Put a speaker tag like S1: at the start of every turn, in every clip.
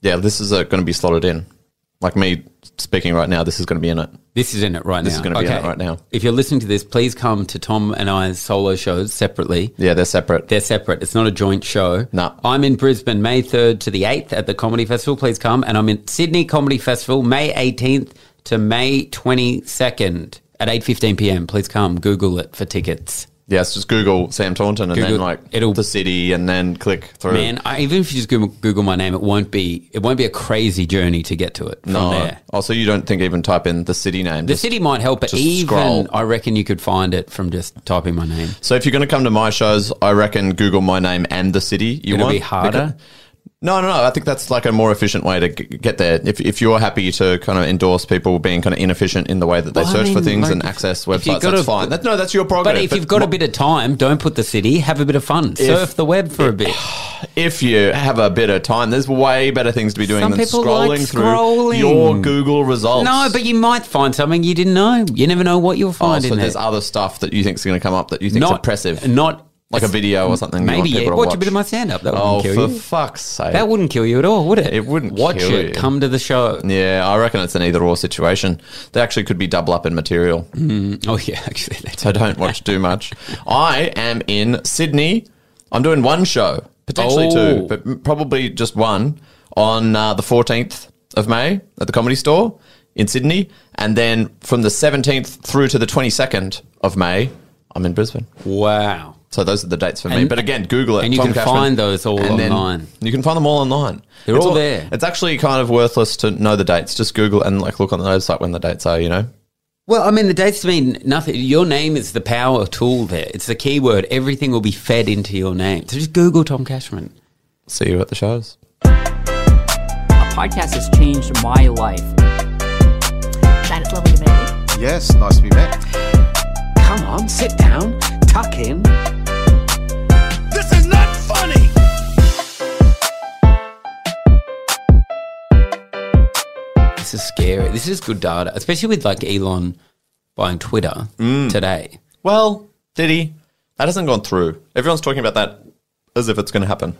S1: yeah, this is uh, going to be slotted in. Like me speaking right now, this is going to be in it.
S2: This is in it right now.
S1: This is gonna be in it right now.
S2: If you're listening to this, please come to Tom and I's solo shows separately.
S1: Yeah, they're separate.
S2: They're separate. It's not a joint show.
S1: No.
S2: I'm in Brisbane May 3rd to the 8th at the Comedy Festival. Please come. And I'm in Sydney Comedy Festival May 18th to May 22nd at 8.15 p.m. Please come. Google it for tickets.
S1: yeah, it's just Google Sam Taunton and
S2: Google-
S1: then like
S2: it'll-
S1: the city and then click through.
S2: Man, I, even if you just Google, Google my name, it won't be it won't be a crazy journey to get to it from
S1: no.
S2: there.
S1: Also, Oh. you don't think even type in the city name.
S2: The
S1: just-
S2: city might help, but
S1: just
S2: even
S1: scroll.
S2: I reckon you could find it from just typing my name.
S1: so if you're going to come to my shows, I reckon Google my name and the city you
S2: It'll
S1: want.
S2: be harder.
S1: Because- No, no, no. I think that's like a more efficient way to g- get there. If, if you're happy to kind of endorse people being kind of inefficient in the way that they
S2: Well, I
S1: search for
S2: mean,
S1: things
S2: like,
S1: and
S2: if-
S1: access
S2: if you've
S1: websites,
S2: got
S1: that's
S2: a-
S1: fine. That, no, that's your
S2: But
S1: prerogative.
S2: if you've got a bit of time, don't put the city. Have a bit of fun. Surf the web for a bit.
S1: if you have a bit of time, there's way better things to be doing
S2: Some
S1: than
S2: people like
S1: scrolling through
S2: scrolling.
S1: your Google results.
S2: No, but you might find something you didn't know. You never know what you'll
S1: oh,
S2: find
S1: so
S2: in there.
S1: there's other stuff that you think is going to come up that you think is oppressive,
S2: Not
S1: like a video or something. you want
S2: Maybe yeah.
S1: people to
S2: watch, a bit of my stand up. That wouldn't
S1: Oh,
S2: kill
S1: for
S2: you.
S1: fuck's sake!
S2: That wouldn't kill you at all, would it?
S1: It wouldn't
S2: Watch
S1: kill
S2: it.
S1: you.
S2: Come to the show.
S1: yeah, I reckon it's an either or situation. They actually could be double up in material,
S2: Oh yeah, actually, that's
S1: so don't watch too much. I am in Sydney. I'm doing one show, potentially
S2: Oh.
S1: two, but m- probably just one on uh, the 14th of May at the Comedy Store in Sydney, and then from the 17th through to the 22nd of May, I'm in Brisbane.
S2: wow.
S1: So those are the dates for me.
S2: And-
S1: But again, Google it.
S2: and you
S1: Tom
S2: can
S1: Cashman.
S2: find those all
S1: then
S2: online.
S1: You can find them all online.
S2: They're
S1: It's
S2: all there.
S1: It's actually kind of worthless to know the dates. Just Google and like look on the website when the dates are. You know.
S2: Well, I mean, the dates mean nothing. Your name is the power tool there. It's the keyword. Everything will be fed into your name. So just Google Tom Cashman.
S1: See you at the shows.
S3: A podcast has changed my life.
S4: That it's lovely to meet you.
S5: Yes, nice to be back.
S3: Come on, sit down, tuck in.
S6: This is not funny.
S2: This is scary. This is good data, especially with like Elon buying Twitter
S1: Mm.
S2: today.
S1: Well, did he? That hasn't gone through. Everyone's talking about that as if it's going to happen.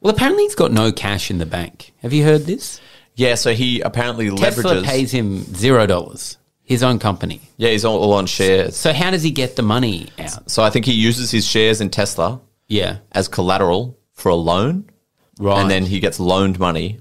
S2: Well, apparently he's got no cash in the bank. Have you heard this?
S1: Yeah. So he apparently
S2: Tesla
S1: leverages.
S2: pays him zero dollars. His own company.
S1: yeah, he's all, all on shares.
S2: So how does he get the money out?
S1: So I think he uses his shares in Tesla
S2: Yeah,
S1: as collateral for a loan,
S2: right.
S1: and then he gets loaned money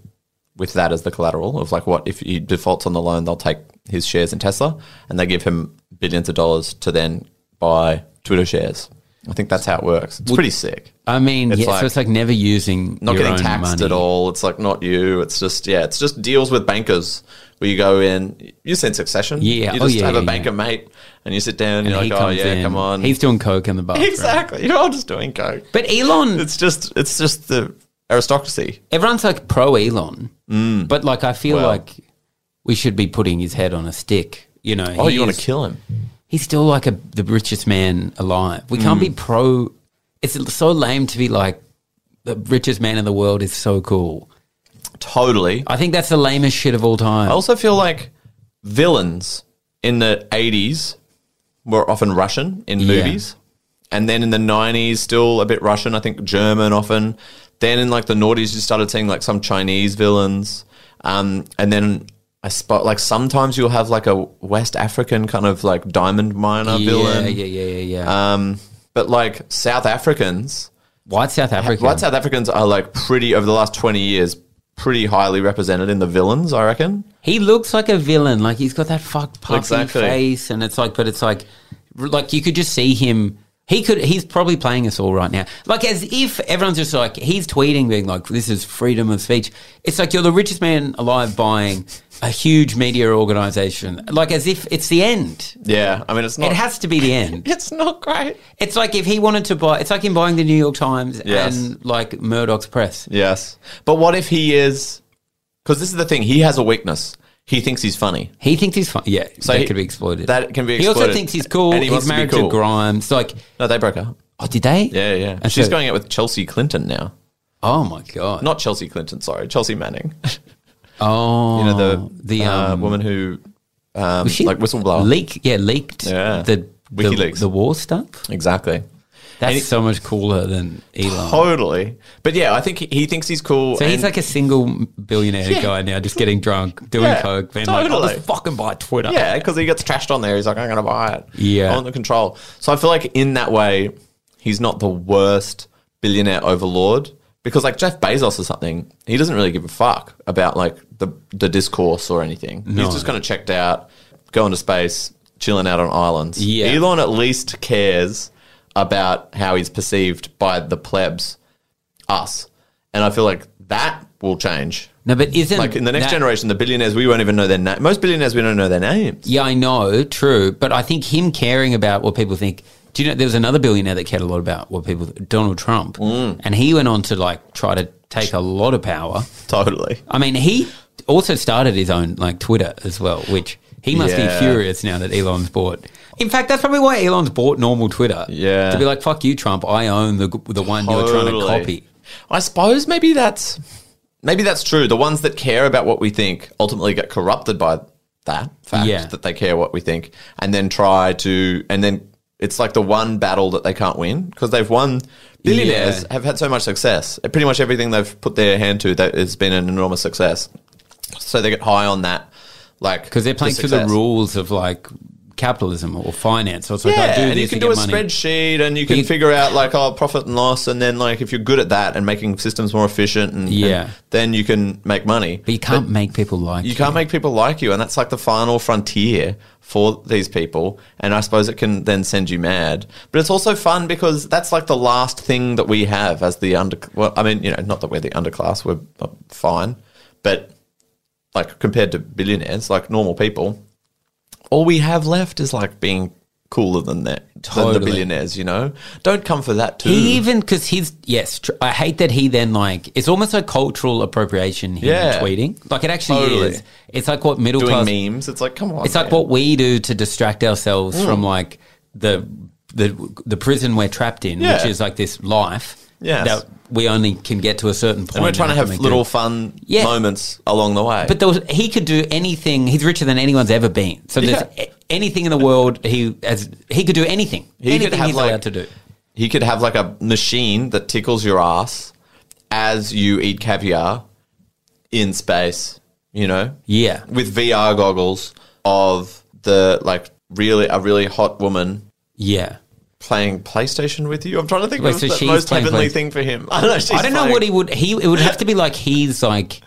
S1: with that as the collateral of like what if he defaults on the loan they'll take his shares in tesla and they give him billions of dollars to then buy twitter shares i think that's how it works it's pretty sick
S2: I mean,
S1: It's
S2: yeah,
S1: like-
S2: so it's like never using
S1: not
S2: your
S1: getting
S2: own
S1: taxed
S2: money.
S1: at all it's like not you it's just yeah it's just deals with bankers where you go in you've seen succession
S2: Yeah,
S1: you
S2: oh,
S1: just
S2: yeah,
S1: have
S2: yeah,
S1: a banker
S2: yeah.
S1: mate and you sit down and
S2: And
S1: you're
S2: he
S1: like oh
S2: comes
S1: yeah
S2: in.
S1: come on
S2: He's doing coke in the bathroom.
S1: exactly you're all just doing coke
S2: But Elon,
S1: it's just it's just the aristocracy
S2: everyone's like pro Elon, but like I feel
S1: Mm. Well.
S2: like we should be putting his head on a stick. You know,
S1: oh
S2: he
S1: you want
S2: is-
S1: to kill him
S2: He's still like a, the richest man alive. We can't be
S1: Mm.
S2: pro. It's so lame to be like the richest man in the world is so cool.
S1: totally
S2: I think that's the lamest shit of all time.
S1: I also feel like villains in the 80s were often Russian in
S2: Yeah.
S1: movies. And then in the 90s, still a bit Russian, I think German often. Then in like the noughties, you started seeing like some Chinese villains. Um, and then I spot like sometimes you'll have like a West African kind of like diamond miner
S2: yeah,
S1: villain.
S2: yeah, yeah, yeah, yeah.
S1: Um, but like South Africans,
S2: White South Africa.
S1: white South Africans are like pretty, over the last 20 years, pretty highly represented in the villains, I reckon.
S2: He looks like a villain. Like he's got that fucked puffy
S1: Exactly.
S2: face, and it's like, but it's like, like you could just see him. He could. He's probably playing us all right now. Like as if everyone's just like he's tweeting, being like, "This is freedom of speech." It's like you're the richest man alive buying a huge media organization. Like as if it's the end.
S1: Yeah. I mean, it's not.
S2: It has to be the end.
S1: It's not great.
S2: It's like if he wanted to buy. It's like him buying the New York Times
S1: Yes.
S2: and like Murdoch's press.
S1: Yes. But what if he is. Because this is the thing, he has a weakness. He thinks he's funny.
S2: He thinks he's fun. Yeah,
S1: So
S2: that
S1: he-
S2: could be exploited.
S1: that can be
S2: He also
S1: exploited.
S2: thinks he's cool.
S1: And he
S2: he's
S1: wants to be
S2: married
S1: cool.
S2: to Grimes. Like,
S1: No, they broke up.
S2: oh, did they?
S1: Yeah, yeah.
S2: And
S1: She's
S2: so-
S1: going out with Chelsea Clinton now.
S2: Oh my god.
S1: Not Chelsea Clinton, sorry, Chelsea Manning.
S2: oh,
S1: you know, the,
S2: the
S1: uh,
S2: um,
S1: woman who. Um,
S2: was she
S1: like whistleblower.
S2: leak. Yeah, leaked
S1: Yeah.
S2: the the,
S1: WikiLeaks.
S2: the war stuff.
S1: exactly.
S2: That's
S1: And he-
S2: so much cooler than Elon.
S1: Totally. But yeah, I think he, he thinks he's cool.
S2: so he's
S1: and-
S2: like a single billionaire
S1: Yeah.
S2: guy now, just getting drunk, doing
S1: Yeah,
S2: coke, being like, I'll
S1: totally.
S2: just fucking buy Twitter.
S1: Yeah, because he gets trashed on there. He's like, I'm going to buy it.
S2: Yeah.
S1: On the control. So I feel like in that way, he's not the worst billionaire overlord because, like, Jeff Bezos or something, he doesn't really give a fuck about, like, the, the discourse or anything. He's just kind of checked out, going to space, chilling out on islands.
S2: Yeah.
S1: Elon at least cares about how he's perceived by the plebs, us. And I feel like that will change.
S2: No, but isn't
S1: Like in the next
S2: that-
S1: generation, the billionaires we won't even know their name. Most billionaires we don't know their names.
S2: Yeah, I know, true. But I think him caring about what people think. Do you know there was another billionaire that cared a lot about what people Donald Trump,
S1: Mm.
S2: and he went on to like try to take a lot of power.
S1: Totally.
S2: I mean, he also started his own like Twitter as well, which he must
S1: Yeah.
S2: be furious now that Elon's bought. In fact, that's probably why Elon's bought normal Twitter.
S1: Yeah.
S2: to be like, "Fuck you, Trump! I own the the one you're trying to
S1: Totally.
S2: copy."
S1: I suppose maybe that's maybe that's true. The ones that care about what we think ultimately get corrupted by that fact
S2: Yeah.
S1: that they care what we think, and then try to and then it's like the one battle that they can't win because they've won. Billionaires
S2: Yeah.
S1: have had so much success. Pretty much everything they've put their hand to that has been an enormous success. So they get high on that, like
S2: Because they're playing through the
S1: success.
S2: rules of like capitalism or finance. So it's like,
S1: Yeah,
S2: I do
S1: and
S2: this
S1: you can
S2: to
S1: do a
S2: get money.
S1: spreadsheet, and you can
S2: you-
S1: figure out like oh profit and loss, and then like if you're good at that and making systems more efficient, and
S2: Yeah.
S1: and then you can make money.
S2: But you can't make people like
S1: you can't make people like you, and that's like the final frontier for these people. And I suppose it can then send you mad, but it's also fun because that's like the last thing that we have as the under. Well, I mean, you know, not that we're the underclass, we're uh, fine, but like compared to billionaires, like normal people, all we have left is like being cooler than that than the
S2: Totally.
S1: billionaires. You know, don't come for that too.
S2: He even because he's yes, tr- I hate that he then like it's almost like cultural appropriation. Him
S1: Yeah.
S2: tweeting like it actually
S1: Totally.
S2: is. It's like what middle
S1: doing
S2: class.
S1: memes. It's like come on,
S2: It's like
S1: man.
S2: what we do to distract ourselves
S1: Mm.
S2: from like the the the prison we're trapped in,
S1: Yeah.
S2: which is like this life
S1: Yes.
S2: that we only can get to a certain point.
S1: And we're trying to
S2: and
S1: have
S2: we do.
S1: little fun
S2: Yeah.
S1: moments along the way.
S2: But there was, he could do anything. He's richer than anyone's ever been. So there's
S1: Yeah.
S2: a- anything in the world he as he could do anything.
S1: He could
S2: anything
S1: have,
S2: he's
S1: like-
S2: allowed to do.
S1: He could have like a machine that tickles your ass as you eat caviar in space, you know?
S2: Yeah.
S1: With VR goggles of the like really a really hot woman
S2: Yeah.
S1: playing PlayStation with you. I'm trying to think
S2: Wait,
S1: of
S2: so
S1: the
S2: she's
S1: most
S2: playing
S1: heavenly
S2: Play-
S1: thing for him. I don't know, she's
S2: I don't know
S1: playing-
S2: what he would. He it would have to be like he's like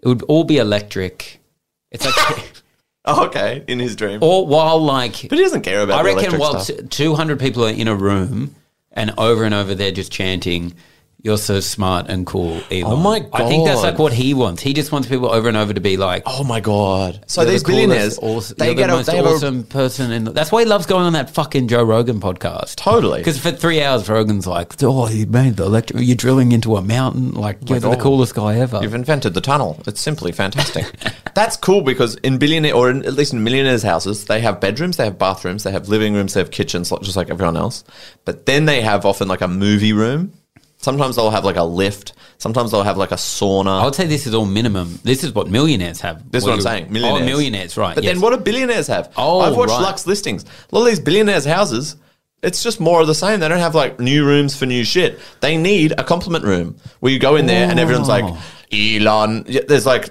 S2: it would all be electric. It's like
S1: Oh, okay, in his dream.
S2: or while like
S1: but he doesn't care about
S2: I
S1: the
S2: reckon
S1: electric
S2: while
S1: stuff.
S2: two hundred people are in a room and over and over they're just chanting. You're so smart and cool, Elon.
S1: Oh my
S2: I think that's
S1: God.
S2: like what he wants. He just wants people over and over to be like,
S1: Oh my god. So
S2: "You're the
S1: these
S2: coolest,
S1: billionaires
S2: awesome,
S1: they
S2: you're
S1: get
S2: the
S1: a,
S2: most
S1: they have a
S2: awesome person." In the, that's why he loves going on that fucking Joe Rogan podcast.
S1: Totally.
S2: Because for three hours, Rogan's like, "Oh, you made the electric. You're drilling into a mountain. Like you're the
S1: God.
S2: coolest guy ever."
S1: You've invented the tunnel. It's simply fantastic. That's cool because in billionaire or in, at least in millionaires' houses, they have bedrooms, they have bathrooms, they have living rooms, they have kitchens, like- just like everyone else. But then they have often like a movie room. Sometimes they'll have like a lift. Sometimes they'll have like a sauna.
S2: I would say this is all minimum. This is what millionaires have.
S1: That's what, I'm
S2: you-
S1: saying. Millionaires.
S2: Oh, millionaires, right.
S1: But then
S2: yes.
S1: what do billionaires have?
S2: Oh,
S1: I've watched
S2: right.
S1: Lux listings. A lot of these billionaires' houses, it's just more of the same. They don't have like new rooms for new shit. They need a compliment room where you go in there and everyone's like,
S2: Oh.
S1: Elon. Yeah, There's like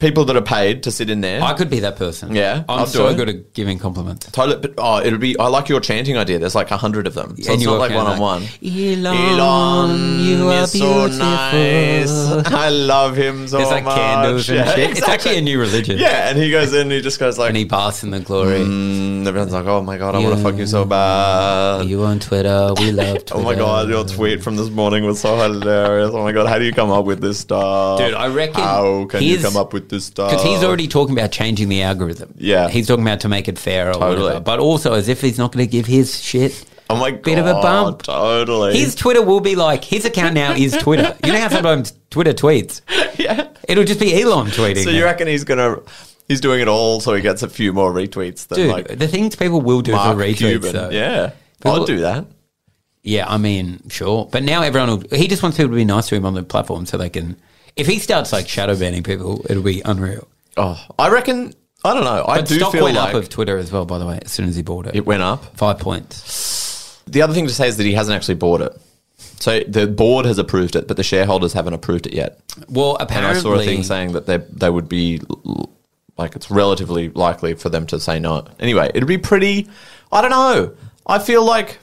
S1: people that are paid to sit in there.
S2: I could be that person.
S1: Yeah,
S2: I'm
S1: I'll do
S2: so
S1: it.
S2: good at giving compliments.
S1: Toilet, but oh, it'll be. I like your chanting idea. There's like a hundred of them, so
S2: And
S1: it's
S2: you
S1: not
S2: walk
S1: like
S2: in
S1: one on one.
S2: like, "Elon, you are beautiful."
S1: I love him so
S2: There's like
S1: much.
S2: candles and
S1: Yeah,
S2: shit. It's
S1: exactly.
S2: actually a new religion.
S1: Yeah, and he goes in and he just goes like, "Mm,"
S2: And he baths in the glory.
S1: And everyone's like, oh my God, I want to
S2: Yeah.
S1: fuck you so bad.
S2: You on Twitter. We love Twitter.
S1: Oh my God, your tweet from this morning was so hilarious. Oh my God, how do you come up with this stuff?
S2: Dude, I reckon
S1: How can you
S2: his-
S1: come up with this stuff?
S2: Because he's already talking about changing the algorithm.
S1: Yeah.
S2: He's talking about to make it fair or
S1: Totally.
S2: whatever. But also, as if he's not going to give his shit.
S1: Oh my God.
S2: Bit of a bump.
S1: Totally.
S2: His Twitter will be like, his account now is Twitter. You know how sometimes Twitter tweets?
S1: yeah.
S2: It'll just be Elon tweeting.
S1: So
S2: now.
S1: you reckon he's going to. He's doing it all so he gets a few more retweets than
S2: Dude,
S1: like
S2: the things people will do
S1: Mark
S2: for retweets.
S1: Cuban.
S2: though.
S1: Yeah.
S2: People-
S1: I'll do that.
S2: Yeah, I mean, sure. But now everyone will, he just wants people to be nice to him on the platform so they can, if he starts like shadow banning people, it'll be unreal.
S1: Oh, I reckon. I don't know. I
S2: But
S1: do
S2: stock
S1: feel
S2: went
S1: like
S2: up of Twitter as well, by the way, as soon as he bought it.
S1: it went up.
S2: Five points.
S1: The other thing to say is that he hasn't actually bought it. So the board has approved it, but the shareholders haven't approved it yet.
S2: Well,
S1: And I
S2: apparently,
S1: saw a thing saying that they they would be l- like it's relatively likely for them to say no. Anyway, it'd be pretty. I don't know. I feel like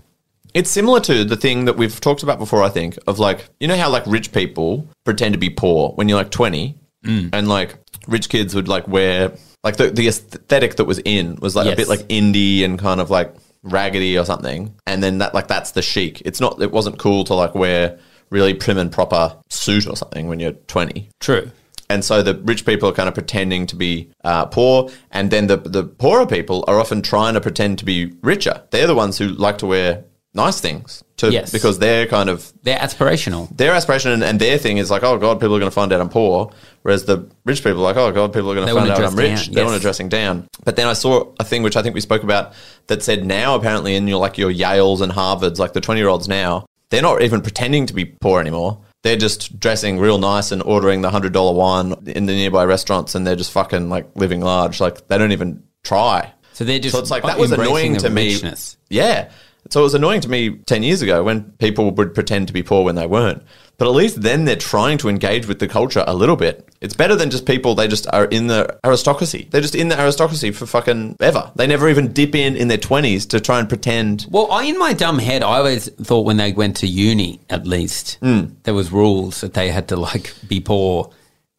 S1: it's similar to the thing that we've talked about before. I think of like you know how like rich people pretend to be poor when you're like twenty, and like rich kids would like wear like the the aesthetic that was in was like a
S2: Yes.
S1: bit like indie and kind of like raggedy or something and then that like that's the chic it's not it wasn't cool to like wear really prim and proper suit or something when you're 20
S2: true.
S1: and so the rich people are kind of pretending to be uh, poor, and then the the poorer people are often trying to pretend to be richer. They're the ones who like to wear nice things to
S2: Yes.
S1: because they're kind of
S2: They're aspirational.
S1: their aspiration and, and their thing is like, oh god, people are going to find out I'm poor. Whereas the rich people are like, oh god, people are going
S2: They
S1: to find
S2: want
S1: out
S2: to
S1: I'm
S2: dress
S1: rich.
S2: down,
S1: They
S2: yes.
S1: want to dressing down. But then I saw a thing which I think we spoke about that said now apparently in your like your Yales and Harvards, like the twenty year olds now, they're not even pretending to be poor anymore. They're just dressing real nice and ordering the hundred dollar wine in the nearby restaurants, and they're just fucking like living large. Like they don't even try.
S2: So they're just
S1: So it's like that was
S2: embracing
S1: annoying
S2: the
S1: to me.
S2: richness.
S1: Yeah. So it was annoying to me 10 years ago when people would pretend to be poor when they weren't. But at least then they're trying to engage with the culture a little bit. It's better than just people, they just are in the aristocracy. They're just in the aristocracy for fucking ever. They never even dip in in their 20s to try and pretend.
S2: Well, I, in my dumb head, I always thought when they went to uni, at least
S1: Hmm.
S2: there was rules that they had to like be poor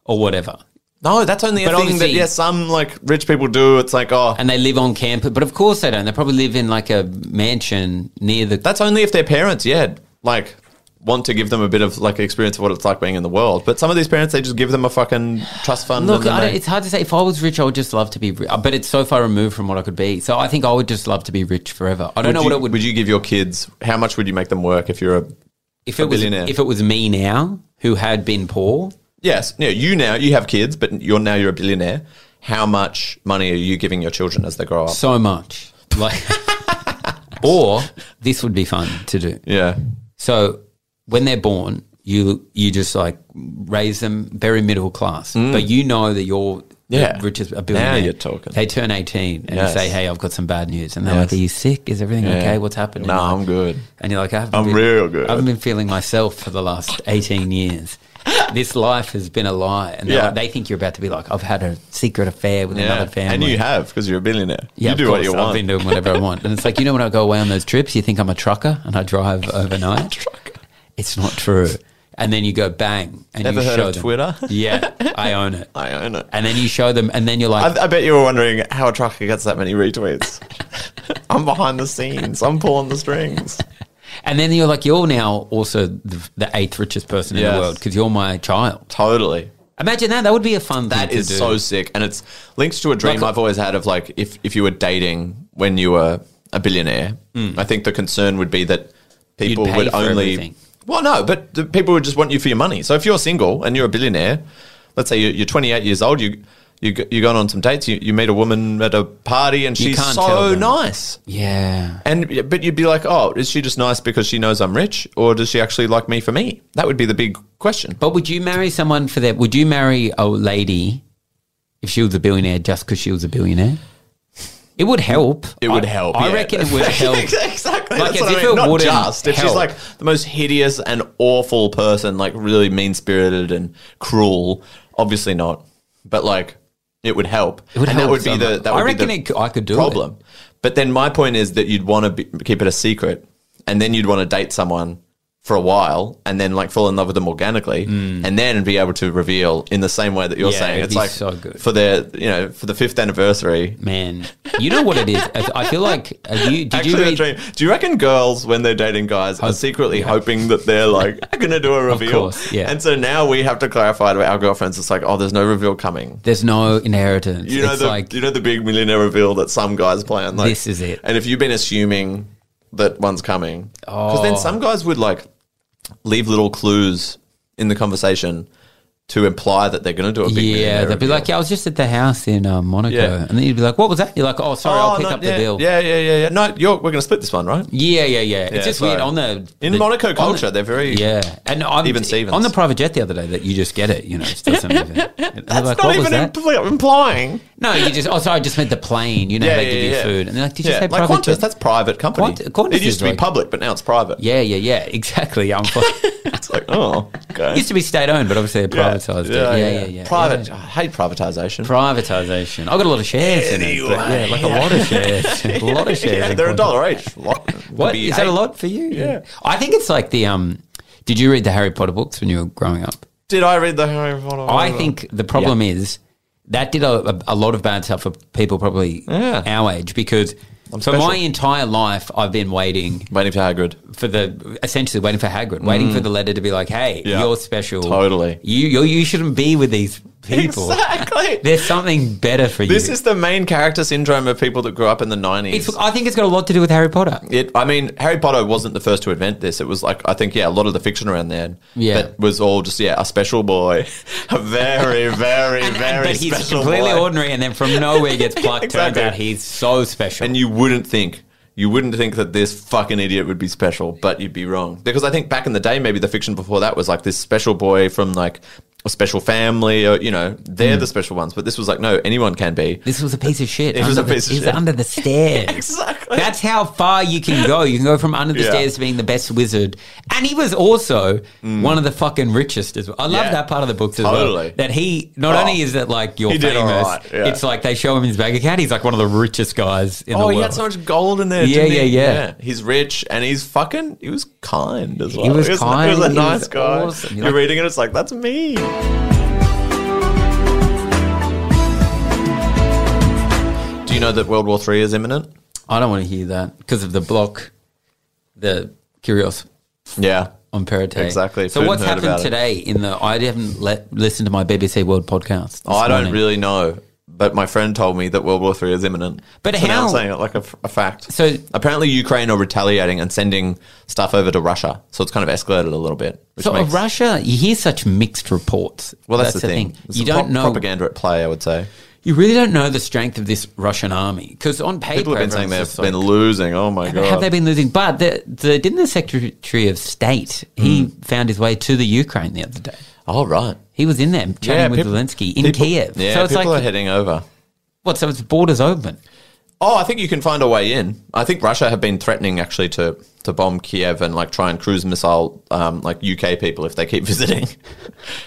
S2: or whatever,
S1: No, that's only a
S2: But
S1: thing that,
S2: obviously-
S1: yeah, some like rich people do. It's like, oh,
S2: and they live on campus. But of course they don't. They probably live in like a mansion near the.
S1: that's only if their parents, yeah, like want to give them a bit of like experience of what it's like being in the world. But some of these parents, they just give them a fucking trust fund.
S2: Look,
S1: and then
S2: I don't,
S1: they-
S2: it's hard to say. If I was rich, I would just love to be, ri- uh, but it's so far removed from what I could be. So I think I would just love to be rich forever. I don't know
S1: you,
S2: what it would.
S1: you give your kids? How much would you make them work if you're a
S2: if
S1: a
S2: it was
S1: billionaire?
S2: if it was me now who had been poor,
S1: yes? No, you now you have kids, but you're now you're a billionaire. How much money are you giving your children as they grow up?
S2: so much like, or this would be fun to do.
S1: Yeah,
S2: So when they're born, you you just like raise them very middle class, but you know that you're
S1: Mm. Yeah.
S2: the richest a
S1: Now
S2: billionaire.
S1: you're talking.
S2: They turn eighteen and
S1: Yes.
S2: you say, "Hey, I've got some bad news," and they're
S1: Yes.
S2: like, "Are you sick? Is everything
S1: Yeah.
S2: okay? What's happening?"
S1: No, I'm good.
S2: And you're like, I haven't
S1: I'm
S2: been,
S1: real good.
S2: I haven't been feeling myself for the last 18 years. This life has been a lie. And they're
S1: Yeah.
S2: like, they think you're about to be like, I've had a secret affair with
S1: Yeah,
S2: another family.
S1: and you have because you're a billionaire. you
S2: of
S1: do what
S2: course,
S1: you
S2: I've
S1: want.
S2: been doing whatever I want. And it's like, you know, when I go away on those trips, you think I'm a trucker and I drive overnight. It's not true. And then you go bang. And
S1: Ever
S2: you
S1: heard
S2: show
S1: of
S2: them.
S1: Twitter?
S2: Yeah, I own it.
S1: I own it.
S2: And then you show them, and then you're like,
S1: I, I bet you were wondering how a trucker gets that many retweets. I'm behind the scenes. I'm pulling the strings.
S2: and then you're like, you're now also the, the eighth richest person in
S1: Yes.
S2: the world because you're my child.
S1: Totally.
S2: Imagine that. That would be a fun
S1: That
S2: thing
S1: is
S2: to do.
S1: so sick, and it's linked to a dream
S2: Like-
S1: I've always had of like if if you were dating when you were a billionaire, I think the concern would be that people
S2: Hmm. pay
S1: would
S2: for
S1: only.
S2: everything.
S1: Well, no, but the people would just want you for your money. So if you're single and you're a billionaire, let's say you're, you're 28 years old, you you go- you gone on some dates, you, you meet a woman at a party, and
S2: You
S1: she's
S2: can't tell
S1: so
S2: them.
S1: nice.
S2: Yeah.
S1: And but you'd be like, oh, is she just nice because she knows I'm rich, or does she actually like me for me? That would be the big question.
S2: But would you marry someone for that? Would you marry a lady if she was a billionaire just because she was a billionaire? It would help.
S1: It would
S2: I-
S1: help.
S2: I
S1: yeah.
S2: reckon it would help.
S1: exactly.
S2: Like,
S1: That's
S2: as
S1: what I
S2: if
S1: mean.
S2: it
S1: Not
S2: wouldn't
S1: just. If she's
S2: help.
S1: like the most hideous and awful person, like really mean spirited and cruel, obviously not. But like, it would help.
S2: It would
S1: and
S2: help
S1: that would
S2: so
S1: be the.
S2: much.
S1: That
S2: I
S1: would be
S2: reckon
S1: the
S2: it c- I could do it.
S1: problem. But then my point is that you'd want to be, keep it a secret, and then you'd want to date someone for a while, and then like fall in love with them organically, and then be able to reveal in the same way that you're
S2: Mm. Yeah,
S1: saying.
S2: it'd
S1: It's
S2: be
S1: like
S2: so good.
S1: for their, you know, for the fifth anniversary,
S2: Man, you know what it is. I I feel like are you did
S1: Actually,
S2: you
S1: that's
S2: read?
S1: right. Do you reckon girls, when they're dating guys, are secretly hoping that they're like going to do a reveal?
S2: course, yeah.
S1: And so now we have to clarify to our girlfriends. It's like, oh, there's no reveal coming.
S2: There's no inheritance.
S1: You know
S2: it's
S1: the
S2: like
S1: you know the big millionaire reveal that some guys plan. Like,
S2: This is it.
S1: And if you've been assuming that one's coming, because then
S2: Oh.
S1: some guys would like leave little clues in the conversation to imply that they're going to do a big
S2: yeah,
S1: millionaire
S2: they'd be
S1: reveal.
S2: like, yeah, I was just at the house in uh, Monaco,
S1: Yeah.
S2: and then you'd be like, what was that? You're like, oh, sorry, I'll
S1: Oh,
S2: pick
S1: no,
S2: up
S1: yeah,
S2: the bill.
S1: Yeah, yeah, yeah, yeah. No, you're, we're going to split this one, right?
S2: Yeah, yeah, yeah.
S1: Yeah,
S2: It's just
S1: so-
S2: weird on the
S1: In
S2: the-
S1: Monaco
S2: on the-
S1: culture, they're very
S2: yeah, and I'm,
S1: Even Stevens.
S2: on the private jet the other day that you just get it. You know, it doesn't even. That's
S1: It's not even impl- implying.
S2: No, you just. Oh, sorry, I just meant the plane. You know,
S1: Yeah,
S2: they
S1: yeah,
S2: give you
S1: yeah.
S2: food, and they're like, "Did you
S1: yeah,
S2: say
S1: like
S2: private
S1: Qantas,
S2: jet?
S1: that's private company.
S2: Qant- Qantas
S1: it
S2: is
S1: used to be
S2: like-
S1: public, but now it's private.
S2: Yeah, yeah, yeah. Exactly. I'm.
S1: It's like, oh, okay.
S2: It used to be state owned, but obviously they privatised it. Yeah, yeah, yeah.
S1: Private.
S2: Yeah.
S1: I hate privatisation.
S2: Privatisation. I've got a lot of shares in it. but
S1: Anyway.
S2: yeah, like a lot of shares. a lot of shares.
S1: yeah,
S2: in
S1: they're a
S2: Qantas.
S1: dollar each. Lot,
S2: What
S1: would be
S2: is that a
S1: eight.
S2: lot for you? Yeah. I think it's like the um. Did you read the Harry Potter books when you were growing up?
S1: Did I read the Harry Potter?
S2: I think the problem is that did a, a, a lot of bad stuff for people probably
S1: Yeah.
S2: our age because for
S1: special.
S2: my entire life I've been waiting
S1: waiting for Hagrid.
S2: for the essentially waiting for Hagrid, waiting for the letter to be like, "Hey,
S1: Yeah.
S2: you're special.
S1: Mm. Totally.
S2: You you you shouldn't be with these people.
S1: Exactly.
S2: There's something better for
S1: This
S2: you."
S1: is the main character syndrome of people that grew up in the nineties.
S2: it's, I think it's got a lot to do with Harry Potter.
S1: It, I mean, Harry Potter wasn't the first to invent this. It was like I think, yeah, a lot of the fiction around then,
S2: Yeah.
S1: that was all just yeah, a special boy, a very, very,
S2: And- and-
S1: very
S2: but he's
S1: special
S2: completely
S1: boy.
S2: ordinary, and then from nowhere gets plucked.
S1: Exactly.
S2: Turns out he's so special.
S1: And you wouldn't think, you wouldn't think that this fucking idiot would be special, but you'd be wrong. Because I think back in the day, maybe the fiction before that was like this special boy from like a special family, or you know,
S2: Hmm.
S1: they're the special ones. But this was like, no, anyone can be.
S2: This was a piece of shit.
S1: It was
S2: Under
S1: a
S2: the-
S1: piece of
S2: it was
S1: shit.
S2: under the stairs.
S1: Exactly.
S2: That's how far you can go. You can go from under the
S1: Yeah.
S2: stairs to being the best wizard. And he was also one of the fucking richest as well. I love
S1: Mm. Yeah.
S2: that part of the books as well.
S1: Totally.
S2: That he not
S1: Oh.
S2: only is it like you're
S1: He did all
S2: famous,
S1: right, yeah.
S2: it's like they show him his bank account. He's like one of the richest guys in the
S1: Oh,
S2: world.
S1: he had so much gold in there.
S2: Yeah,
S1: didn't he?
S2: yeah, yeah.
S1: He's rich and he's fucking. He was kind as well.
S2: was
S1: He
S2: kind,
S1: He was a
S2: he
S1: nice
S2: was
S1: guy.
S2: awesome.
S1: You're
S2: Like-
S1: reading it. It's like that's me. Do you know that World War Three is imminent?
S2: I don't want to hear that because of the block, the Curios
S1: Yeah.
S2: on Perite.
S1: Exactly.
S2: So
S1: Food
S2: what's
S1: heard
S2: happened
S1: about it.
S2: today in the? I haven't let, listened to my BBC World podcast. this
S1: Oh, I don't
S2: morning.
S1: really know, but my friend told me that World War Three is imminent.
S2: But
S1: so now I'm
S2: how-
S1: saying it like a, f- a fact.
S2: So-
S1: apparently, Ukraine are retaliating and sending stuff over to Russia. So it's kind of escalated a little bit. Which
S2: So uh,
S1: makes-
S2: Russia, you hear such mixed reports.
S1: Well, that's, the, thing. There's
S2: You
S1: some
S2: don't
S1: pro-
S2: know.
S1: propaganda at play. I would say
S2: You really don't know the strength of this Russian army because on paper,
S1: people have been saying
S2: everyone's
S1: they've
S2: just
S1: been
S2: like,
S1: losing. Oh my god!
S2: Have they been losing? But the, the, didn't the Secretary of State he
S1: Hmm.
S2: found his way to the Ukraine the other day?
S1: oh right.
S2: He was in there chatting with
S1: people-
S2: Zelensky in
S1: people-
S2: Kiev.
S1: Yeah,
S2: so it's
S1: people
S2: like
S1: are heading over.
S2: what? So its borders open.
S1: Oh, I think you can find a way in. I think Russia have been threatening actually to to bomb Kiev and like try and cruise missile um, like UK people if they keep visiting,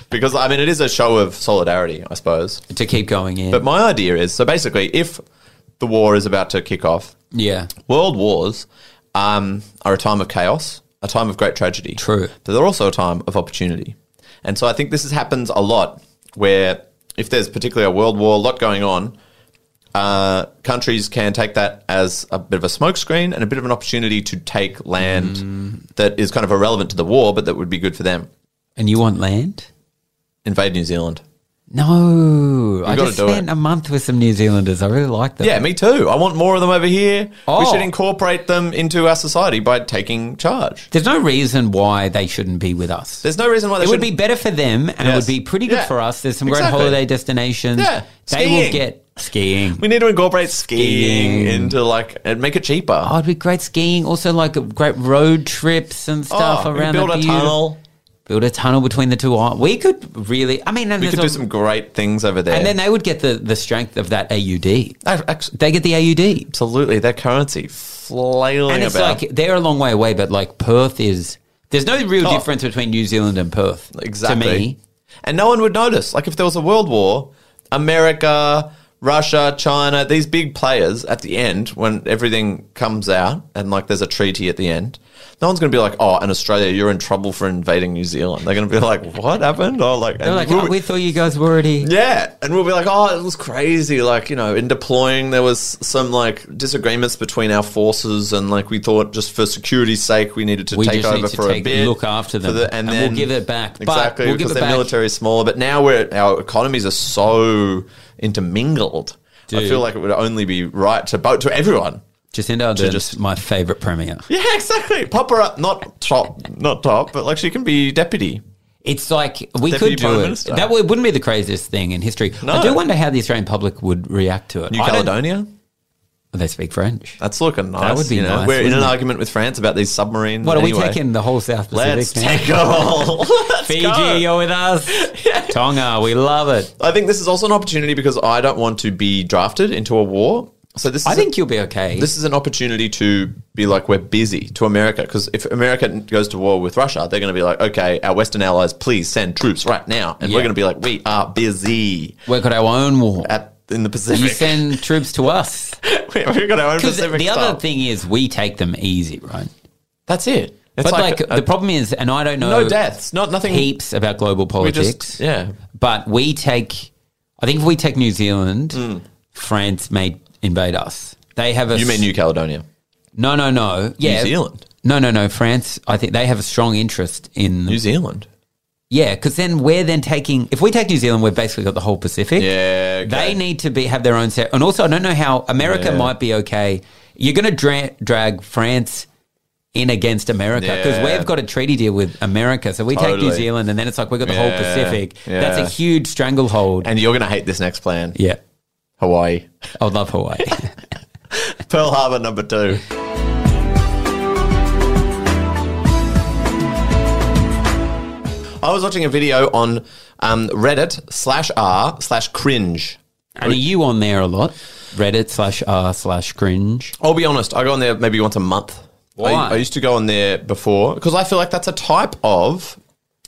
S1: because I mean it is a show of solidarity, I suppose.
S2: To keep going in,
S1: But my idea is so basically if the war is about to kick off,
S2: yeah,
S1: world wars um, are a time of chaos, a time of great tragedy.
S2: True.
S1: But they're also a time of opportunity. And so I think this is, happens a lot where if there's particularly a world war, a lot going on, uh, countries can take that as a bit of a smokescreen and a bit of an opportunity to take land
S2: Mm.
S1: that is kind of irrelevant to the war, but that would be good for them.
S2: and you want land?
S1: Invade New Zealand.
S2: No, I
S1: gotta
S2: just
S1: do it.
S2: spent a month with some New Zealanders. I really like them.
S1: Yeah, me too. I want more of them over here. We
S2: Oh.
S1: should incorporate them into our society by taking charge.
S2: there's no reason why they shouldn't be with us.
S1: There's no reason why they
S2: it would
S1: shouldn't-
S2: be better for them, and it
S1: Yes.
S2: would be pretty good
S1: Yeah.
S2: for us. There's some
S1: Exactly.
S2: great holiday destinations.
S1: Yeah.
S2: They
S1: Skiing.
S2: will get skiing.
S1: We need to incorporate skiing,
S2: Skiing.
S1: into like and make it cheaper.
S2: Oh, it'd be great skiing. Also, like great road trips and stuff
S1: Oh, we
S2: around.
S1: build
S2: the
S1: a
S2: beautiful-
S1: tunnel.
S2: Build a tunnel between the two islands. We could really. I mean, and
S1: We
S2: there's
S1: could do
S2: a-
S1: some great things over there.
S2: And then they would get the, the strength of that AUD.
S1: Ac- ac-
S2: They get the AUD,
S1: absolutely their currency flailing
S2: and it's
S1: about.
S2: like they're a long way away. But like Perth is, there's no real
S1: Oh.
S2: difference between New Zealand and Perth.
S1: exactly.
S2: To me,
S1: And no one would notice. Like if there was a world war, America, Russia, China, these big players at the end, when everything comes out and like there's a treaty at the end, no one's going to be like, oh, and Australia, you're in trouble for invading New Zealand. They're going to be like, what happened? Or like,
S2: they're
S1: and
S2: like,
S1: we'll
S2: oh,
S1: be-
S2: we thought you guys were already.
S1: Yeah, and we'll be like, oh, it was crazy. Like, you know, in deploying, there was some like disagreements between our forces, and like we thought, just for security's sake, we needed to
S2: We
S1: take
S2: just
S1: over
S2: need to
S1: for a
S2: take-
S1: bit,
S2: look after them,
S1: for
S2: and we'll give it back. But
S1: Exactly,
S2: we'll give
S1: because
S2: it
S1: their
S2: back.
S1: military is smaller. But now we're our economies are so intermingled. I
S2: Dude.
S1: feel like it would only be right to boat to everyone.
S2: Jacinda Ardern's
S1: just-
S2: my favorite premier.
S1: Yeah, exactly. Pop her up, not top, not top, but like she can be deputy.
S2: It's like we
S1: Deputy
S2: could do
S1: Prime
S2: it.
S1: Minister.
S2: That would- wouldn't be the craziest thing in history.
S1: No.
S2: I do wonder how the Australian public would react to it.
S1: New
S2: I don't-
S1: Caledonia.
S2: They speak French.
S1: That's looking nice.
S2: would be
S1: you know?
S2: nice,
S1: We're in an
S2: wouldn't it?
S1: argument with France about these submarines.
S2: What are
S1: Anyway,
S2: we taking the whole South Pacific?
S1: Let's
S2: now?
S1: take it all. Let's
S2: Fiji,
S1: go.
S2: you're with us. Tonga, we love it.
S1: I think this is also an opportunity because I don't want to be drafted into a war. So this is
S2: I
S1: a-
S2: think you'll be okay.
S1: this is an opportunity to be like we're busy to America because if America goes to war with Russia, they're going to be like, okay, our Western allies, please send troops right now, and we're
S2: Yeah.
S1: going to be like, we are busy
S2: We've got our own war.
S1: at in the
S2: You
S1: Pacific.
S2: send troops to us.
S1: We've got our own
S2: Because
S1: Pacific.
S2: the other
S1: stuff.
S2: thing is, we take them easy, right?
S1: that's it. It's
S2: but like, uh,
S1: a-
S2: the problem is, and I don't know
S1: no deaths, not nothing.
S2: heaps about global
S1: we
S2: politics.
S1: just yeah.
S2: But we take, I think if we take New Zealand, France may invade us. They have a
S1: Hmm. You mean New Caledonia,
S2: no, no, no, yeah,
S1: Zealand.
S2: No, no, no. France, I think they have a strong interest in
S1: New Zealand?
S2: yeah, because then we're then taking if we take New Zealand, we've basically got the whole Pacific.
S1: Yeah, okay.
S2: they need to be have their own set. And also, I don't know how America
S1: Yeah.
S2: might be okay. You're going to dra- drag France in against America because
S1: Yeah.
S2: we've got a treaty deal with America. So we take New
S1: Totally.
S2: Zealand, and then it's like we've got the
S1: Yeah.
S2: whole Pacific. That's
S1: Yeah.
S2: a huge stranglehold.
S1: And you're going to hate this next plan,
S2: yeah,
S1: Hawaii,
S2: I would love Hawaii.
S1: Pearl Harbor number two. I was watching a video on um, Reddit slash r slash cringe.
S2: and are you on there a lot? Reddit slash r slash cringe.
S1: I'll be honest, I go on there maybe once a month.
S2: Why?
S1: I, I used to go on there before because I feel like that's a type of,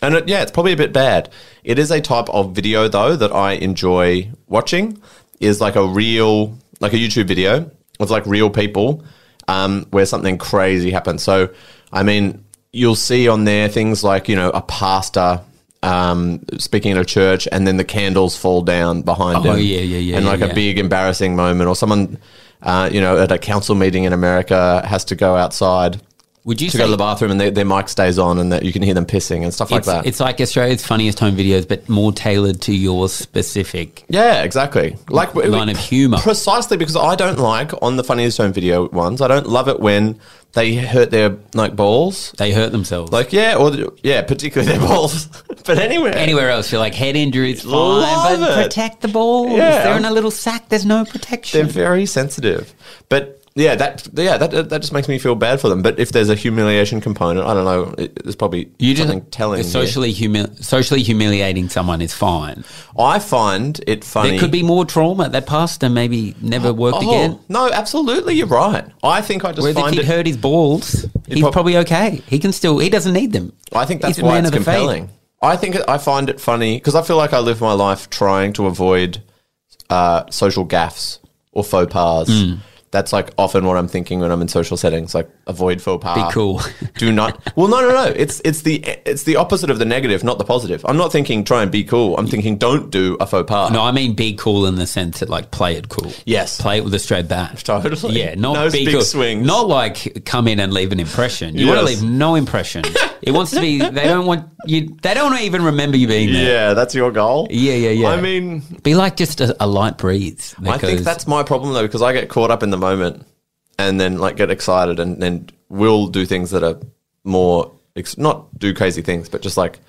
S1: and it, yeah, it's probably a bit bad. It is a type of video though that I enjoy watching. Is like a real, like a YouTube video of like real people um, where something crazy happens. So, I mean, you'll see on there things like you know a pastor. Um, speaking at a church, and then the candles fall down behind
S2: Oh,
S1: him.
S2: yeah, yeah, yeah,
S1: and like
S2: yeah,
S1: a
S2: yeah.
S1: big big embarrassing moment or someone uh, you know at a council meeting in america has to go outside
S2: Would you
S1: to
S2: say
S1: go to the bathroom and their, their mic stays on and that you can hear them pissing and stuff like
S2: it's,
S1: that
S2: it's like Australia's funniest home videos, but more tailored to your specific
S1: yeah exactly like we-
S2: line of humour.
S1: precisely because i don't like on the funniest home video ones i don't love it when they hurt their like balls
S2: They hurt themselves.
S1: like yeah or yeah particularly their balls but anywhere
S2: anywhere else, you're like head injuries, fine,
S1: Love
S2: but
S1: it.
S2: protect the balls.
S1: Yeah.
S2: They're in a little sack. There's no protection.
S1: they're very sensitive but yeah, that yeah, that that just makes me feel bad for them. But if there's a humiliation component, I don't know. it- It's probably
S2: you
S1: something
S2: just
S1: telling.
S2: telling
S1: here.
S2: socially humi- socially humiliating someone is fine.
S1: I find it funny.
S2: There could be more trauma. That pastor maybe never worked
S1: Oh,
S2: again.
S1: No, absolutely, you're right. I think I just
S2: Where the
S1: find
S2: kid
S1: it.
S2: hurt his balls, he's
S1: prob-
S2: probably okay. He can still. He doesn't need them.
S1: I think that's
S2: He's a
S1: why
S2: man
S1: it's
S2: of the faith.
S1: compelling. I think it- I find it funny because I feel like I live my life trying to avoid uh, social gaffes or faux pas.
S2: Hmm.
S1: That's like often what I'm thinking when I'm in social settings. Like avoid faux pas.
S2: Be cool.
S1: Do not. Well, no, no, no. It's it's the it's the opposite of the negative, not the positive. I'm not thinking try and be cool. I'm thinking don't do a faux pas.
S2: No, I mean be cool in the sense that like play it cool.
S1: Yes.
S2: play it with a straight bat.
S1: Totally.
S2: Yeah, not
S1: No
S2: be
S1: big
S2: cool.
S1: swings.
S2: Not like come in and leave an impression. You want to
S1: Yes.
S2: leave no impression. it wants to be. They don't want you. They don't want to even remember you being there.
S1: Yeah, that's your goal.
S2: Yeah, yeah, yeah.
S1: I mean,
S2: Be like just a, a light breeze. That
S1: I think
S2: goes-
S1: that's my problem though, because I get caught up in the moment and then like get excited and then will do things that are more ex- not do crazy things, but just like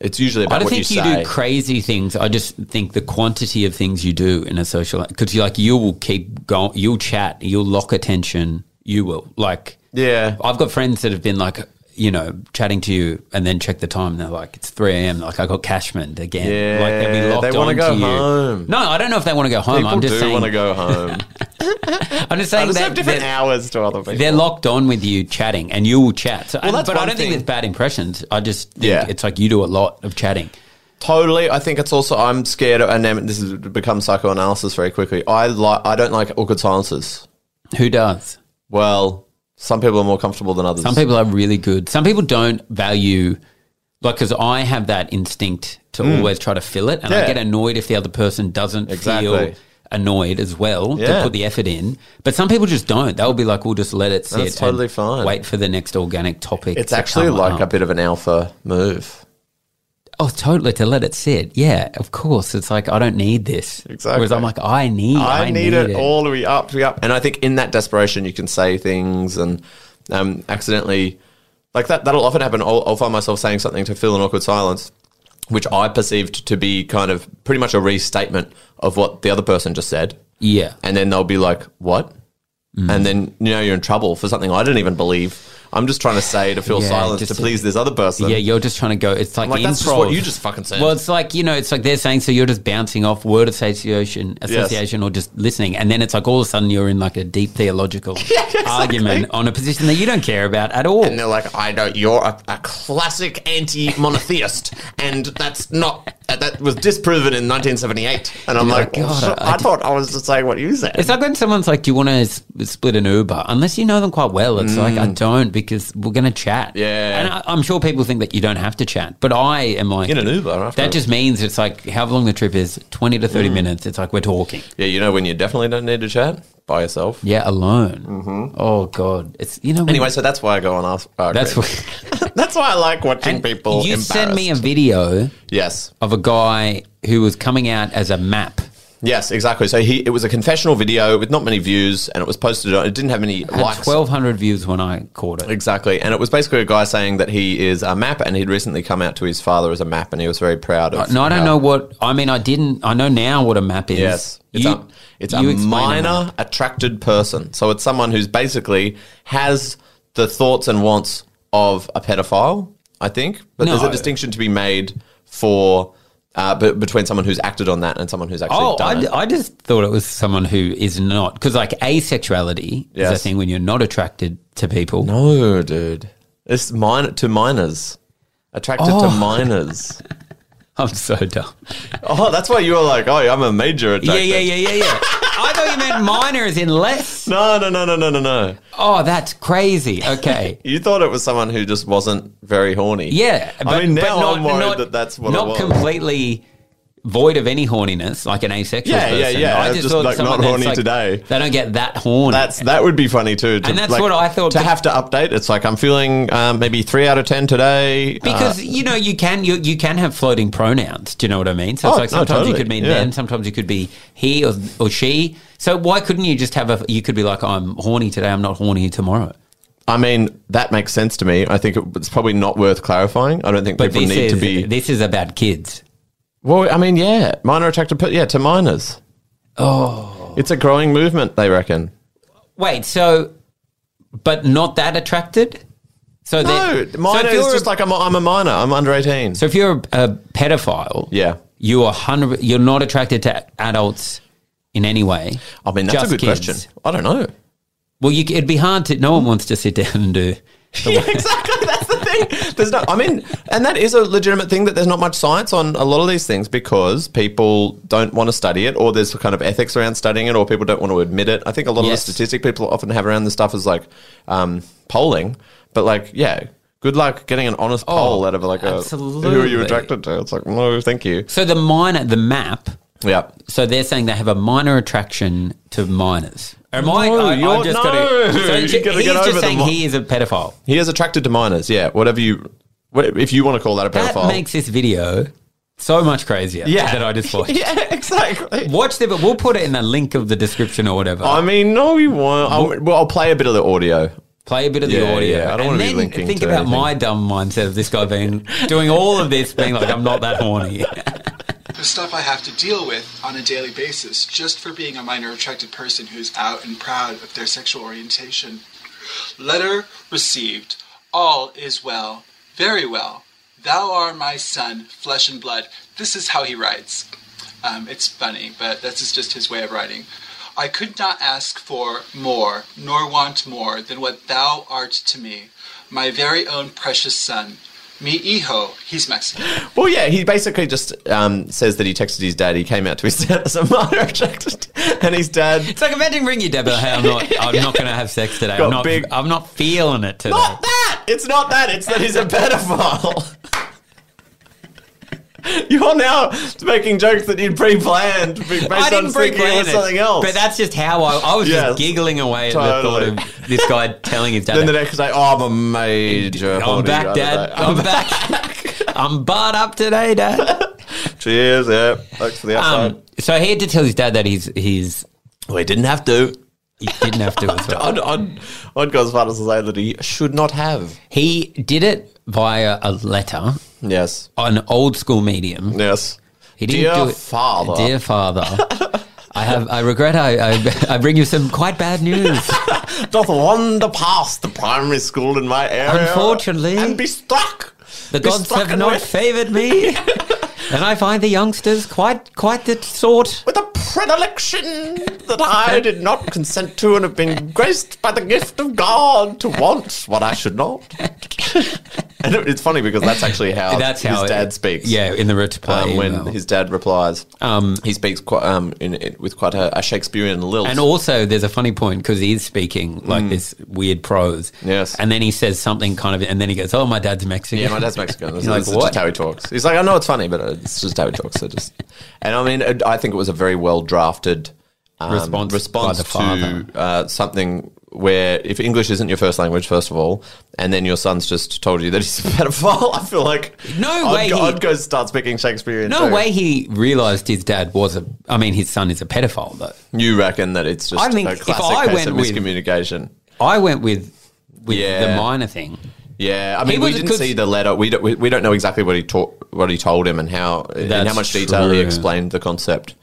S1: it's usually about
S2: I don't
S1: what
S2: think
S1: you,
S2: you,
S1: say.
S2: do crazy things. I just think the quantity of things you do in a social because you like you will keep going. You'll chat. You'll lock attention. You will like.
S1: yeah,
S2: I've got friends that have been like, you know, chatting to you and then check the time. And they're like, it's 3 a.m. Like, I got cashmaned again.
S1: Yeah,
S2: like, they'll be
S1: they
S2: locked
S1: wanna
S2: on
S1: go
S2: to you.
S1: home.
S2: No, I don't know if they want to go home.
S1: people
S2: I'm just
S1: do want to go
S2: saying.
S1: home.
S2: I'm just
S1: I
S2: saying
S1: just have
S2: that
S1: different
S2: they're,
S1: hours to other people.
S2: they're locked on with you chatting and you will chat. So,
S1: Well, that's
S2: but I
S1: one
S2: don't
S1: thing.
S2: think there's bad impressions. I just think
S1: Yeah.
S2: it's like you do a lot of chatting.
S1: Totally. I think it's also I'm scared, of, and then this has become psychoanalysis very quickly. I like I don't like awkward silences.
S2: Who does?
S1: Well, some people are more comfortable than others.
S2: Some people are really good. Some people don't value, like, because I have that instinct to always try to fill it, and
S1: Mm. Yeah.
S2: I get annoyed if the other person doesn't
S1: Exactly.
S2: feel annoyed as well
S1: Yeah.
S2: to put the effort in. But some people just don't. They'll be like, "We'll just let it sit.
S1: That's totally
S2: and
S1: fine.
S2: Wait for the next organic topic."
S1: It's
S2: to
S1: actually
S2: come
S1: like a
S2: up.
S1: bit of an alpha move.
S2: oh, totally to let it sit. Yeah, of course. It's like I don't need this.
S1: Exactly.
S2: Whereas I'm like, I need.
S1: I, need, it, all the way up, to up. And I think in that desperation, you can say things and um, accidentally, like that. That'll often happen. I'll, I'll find myself saying something to fill an awkward silence, which I perceived to be kind of pretty much a restatement of what the other person just said.
S2: Yeah.
S1: And then they'll be like, "What?" and then you know you're in trouble for something I didn't even believe. I'm just trying to say to feel
S2: Yeah,
S1: silence
S2: just
S1: to
S2: to-
S1: please this other person.
S2: Yeah, you're just trying to go. It's like,
S1: I'm like, that's just
S2: improv.
S1: what you just fucking said.
S2: Well, it's like you know, it's like they're saying, so you're just bouncing off word association, association, or just listening, and then it's like all of a sudden you're in like a deep theological argument on a position that you don't care about at all.
S1: and they're like, I know you're a, a classic anti-monotheist, and that's not uh, that was disproven in 1978. And I'm
S2: You're
S1: like,
S2: like,
S1: "Well,
S2: Oh God,
S1: shit,
S2: I
S1: I, thought I was just saying what you said.
S2: It's like when someone's like, "Do you want to s- split an Uber?" Unless you know them quite well, it's like I don't because we're going to chat.
S1: Mm. Yeah.
S2: and I, I'm sure people think that you don't have to chat, but I am like
S1: in an Uber. after-
S2: That just means it's like however long the trip is, twenty to
S1: Mm.
S2: thirty minutes. It's like we're talking.
S1: yeah, you know when you definitely don't need to chat by yourself.
S2: Yeah, alone.
S1: Mm-hmm.
S2: Oh God, it's you know. when-
S1: Anyway, so that's why I go and ask. Uh,
S2: That's
S1: Greg. that's why I like watching
S2: and
S1: people.
S2: You sent me a
S1: embarrassed.
S2: video
S1: yes,
S2: of a guy who was coming out as a map.
S1: yes, exactly. So he it was a confessional video with not many views, and it was posted. on It didn't have any likes.
S2: Twelve hundred views when I caught it.
S1: Exactly. And it was basically a guy saying that he is a map and he'd recently come out to his father as a map and he was very proud of
S2: Uh, No, I don't
S1: how-
S2: know what. I mean, I didn't. I know now what a map is.
S1: Yes. It's
S2: You-
S1: a, it's a
S2: you explain
S1: minor attracted person. So it's someone who's basically has the thoughts and wants of a pedophile, I think. But there's
S2: No.
S1: a distinction to be made for. Uh, b- between someone who's acted on that and someone who's actually
S2: Oh,
S1: done
S2: I,
S1: it.
S2: I just thought it was someone who is not because like asexuality is
S1: Yes.
S2: a thing when you're not attracted to people.
S1: no, dude. It's minor to minors. Attracted
S2: Oh.
S1: to minors.
S2: I'm so dumb.
S1: oh, that's why you were like, oh, I'm a major attracted.
S2: Yeah, yeah, yeah, yeah, yeah. I thought you meant minor as in less.
S1: No, no, no, no, no, no, no.
S2: Oh, that's crazy. Okay.
S1: You thought it was someone who just wasn't very horny.
S2: Yeah,
S1: I mean, now I'm worried that that's what it
S2: not
S1: was.
S2: completely void of any horniness, like an asexual
S1: Yeah, yeah,
S2: person.
S1: yeah.
S2: I
S1: Just,
S2: thought
S1: like,
S2: someone
S1: not
S2: that's,
S1: horny today.
S2: They don't get that horny.
S1: That's uh, that would be funny too. To,
S2: And that's
S1: like,
S2: what I thought,
S1: to
S2: but-
S1: have to update. It's like I'm feeling um, maybe three out of ten today
S2: because
S1: uh,
S2: you know you can you, you can have floating pronouns. Do you know what I mean?
S1: Oh,
S2: So it's like
S1: no,
S2: sometimes you
S1: totally,
S2: could mean
S1: yeah.
S2: them, sometimes you could be he or, or she. So why couldn't you just have a? You could be like, I'm horny today. I'm not horny tomorrow.
S1: I mean, that makes sense to me. I think it, it's probably not worth clarifying. I don't think
S2: But
S1: people
S2: this
S1: need
S2: is
S1: to be.
S2: this is about kids.
S1: well, I mean, yeah, minor attracted, but yeah, to minors. Oh, it's a growing movement. They reckon.
S2: Wait, so but not that attracted. So
S1: No,
S2: then- so
S1: minor
S2: if you're
S1: is
S2: a-
S1: just like I'm. A, I'm a minor. I'm under eighteen.
S2: So if you're a, a pedophile,
S1: Yeah.
S2: you are hundred. You're not attracted to adults in any way.
S1: I mean, that's a
S2: just
S1: good
S2: kids.
S1: question. I don't know.
S2: Well, you, c- it'd be hard to. No one wants to sit down and do.
S1: yeah, exactly. That's the thing. There's no. I mean, and that is a legitimate thing that there's not much science on a lot of these things because people don't want to study it, or there's kind of ethics around studying it, or people don't want to admit it. I think a lot
S2: Yes.
S1: of the statistic people often have around this stuff is like um, polling, but like, yeah. Good luck getting an honest poll out of like a who are you
S2: Oh, absolutely.
S1: attracted to? It's like no, thank you.
S2: So the minor, the map.
S1: Yeah,
S2: So they're saying they have a minor attraction to minors. Am I?
S1: No,
S2: I
S1: you're-
S2: I've just
S1: no,
S2: gotta- so
S1: you're
S2: ju-
S1: gonna
S2: he's
S1: get
S2: just
S1: over the
S2: saying
S1: mi-
S2: he is a pedophile.
S1: he is attracted to minors. Yeah, whatever you, what, if you want to call that a
S2: That
S1: pedophile,
S2: makes this video so much crazier.
S1: yeah,
S2: that I just watched.
S1: yeah, exactly.
S2: Watch the. We'll put it in the link of the description or whatever.
S1: I mean, no, we won't. I'll, well, I'll play a bit of the audio.
S2: Play a bit of the
S1: Yeah,
S2: audio.
S1: yeah, I don't
S2: and
S1: wanna be
S2: then
S1: linking
S2: think
S1: to
S2: about
S1: anything.
S2: my dumb mindset of this guy being doing all of this, being like, I'm not that horny.
S5: the stuff I have to deal with on a daily basis just for being a minor attracted person who's out and proud of their sexual orientation. Letter received. All is well. Very well. Thou art my son, flesh and blood. This is how he writes. Um, it's funny, but this is just his way of writing. I could not ask for more, nor want more than what thou art to me, my very own precious son. Mi hijo, he's Mexican.
S1: Well, yeah, he basically just um, says that he texted his dad. He came out to his dad as a minor attracted, and his dad.
S2: It's like imagine ringing your dad, but hey, I'm not, I'm not going to have sex today. I'm
S1: Got
S2: not,
S1: big-
S2: I'm not feeling it today.
S1: Not that. It's not that. It's that he's a pedophile. You're now making jokes that you pre-planned based
S2: I
S1: on
S2: didn't bring
S1: thinking it was something else.
S2: but that's just how I, I was
S1: Yes,
S2: just giggling away
S1: totally.
S2: at the thought of this guy telling his dad,
S1: then the next day, oh, I'm a major.
S2: "I'm
S1: hottie, I
S2: back,
S1: don't
S2: Dad.
S1: know.
S2: I'm back. I'm barred up today, Dad."
S1: Cheers. Yeah. Thanks for the outside.
S2: Um, so he had to tell his dad that he's he's
S1: well, he didn't have to.
S2: he didn't have to as well.
S1: I'd, I'd, I'd go as far as to say that he should not have.
S2: He did it via a letter,
S1: Yes.
S2: an old school medium.
S1: Yes.
S2: He
S1: Dear father.
S2: Dear father. I have. I regret. I, I I bring you some quite bad news.
S1: Doth wander past the primary school in my area.
S2: Unfortunately.
S1: And be struck.
S2: The
S1: Be
S2: gods
S1: struck
S2: have not
S1: with,
S2: favoured me, and I find the youngsters quite quite the sort.
S1: with a predilection that I did not consent to and have been graced by the gift of God to want what I should not. and it- it's funny because that's actually how
S2: That's
S1: Oh, his
S2: how it-
S1: dad speaks.
S2: Yeah, in the reply
S1: um, when
S2: email.
S1: his dad replies.
S2: Um,
S1: he speaks quite um, in, in, with quite a, a Shakespearean lilt.
S2: And also, there's a funny point because he is speaking like this weird prose.
S1: Mm. Yes.
S2: And then he says something kind of, and then he goes, "Oh, my dad's Mexican."
S1: yeah, my dad's Mexican. This,
S2: You're like,
S1: this is
S2: "What?"
S1: just how he talks. He's like, I know it's funny, but uh, it's just how he talks. So just, and I mean, it- I think it was a very well drafted um,
S2: Response
S1: response,
S2: by the father.
S1: to uh, something where if English isn't your first language, first of all, and then your son's just told you that he's a pedophile, I feel like
S2: No
S1: I'd
S2: way
S1: Go,
S2: he-
S1: I'd go start speaking Shakespearean.
S2: No
S1: too.
S2: way he realized his dad was a. I mean, his son is a pedophile though.
S1: You reckon that it's just
S2: I think
S1: a
S2: if
S1: classic
S2: I
S1: case
S2: went
S1: of
S2: with-
S1: miscommunication.
S2: I went with with
S1: Yeah.
S2: the minor thing.
S1: Yeah, I mean, we
S2: was-
S1: didn't
S2: 'cause-
S1: see the letter. We don't, we, we don't know exactly what he taught, what he told him, and how and
S2: That's
S1: how much detail he
S2: true.
S1: explained the concept.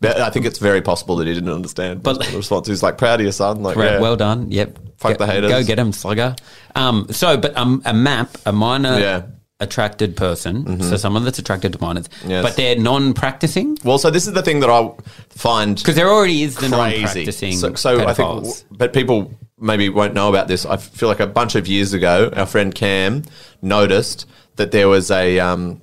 S1: But I think it's very possible that he didn't understand.
S2: But-
S1: But the response is like, "Proud of your son." Like,
S2: Right,
S1: yeah.
S2: Well done. Yep.
S1: Fuck
S2: Go-
S1: the haters.
S2: Go get him, slugger. Um, so, but um, a map, a minor
S1: Yeah. Mm-hmm.
S2: attracted person, so someone that's attracted to minors,
S1: Yes.
S2: but they're non-practicing
S1: Well, so this is the thing that I find
S2: because there already is the
S1: crazy.
S2: non-practicing.
S1: So, so I think,
S2: pedophiles.
S1: but people maybe won't know about this. I feel like a bunch of years ago, our friend Cam noticed that there was a um,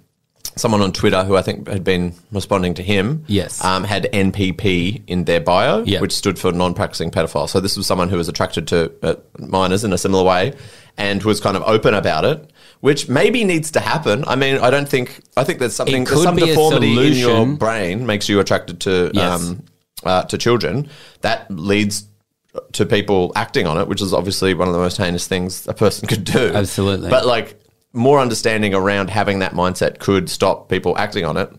S1: someone on Twitter who I think had been responding to him.
S2: Yes.
S1: um, had NPP in their bio,
S2: Yeah.
S1: which stood for non-practicing pedophile. So this was someone who was attracted to uh, minors in a similar way, and was kind of open about it. Which maybe needs to happen. I mean, I don't think. I think there's something.
S2: could
S1: There's some
S2: be a
S1: deformity in your
S2: solution.
S1: brain makes you attracted to
S2: Yes.
S1: um, uh, to children, that leads to people acting on it, which is obviously one of the most heinous things a person could do.
S2: Absolutely.
S1: But like more understanding around having that mindset could stop people acting on it.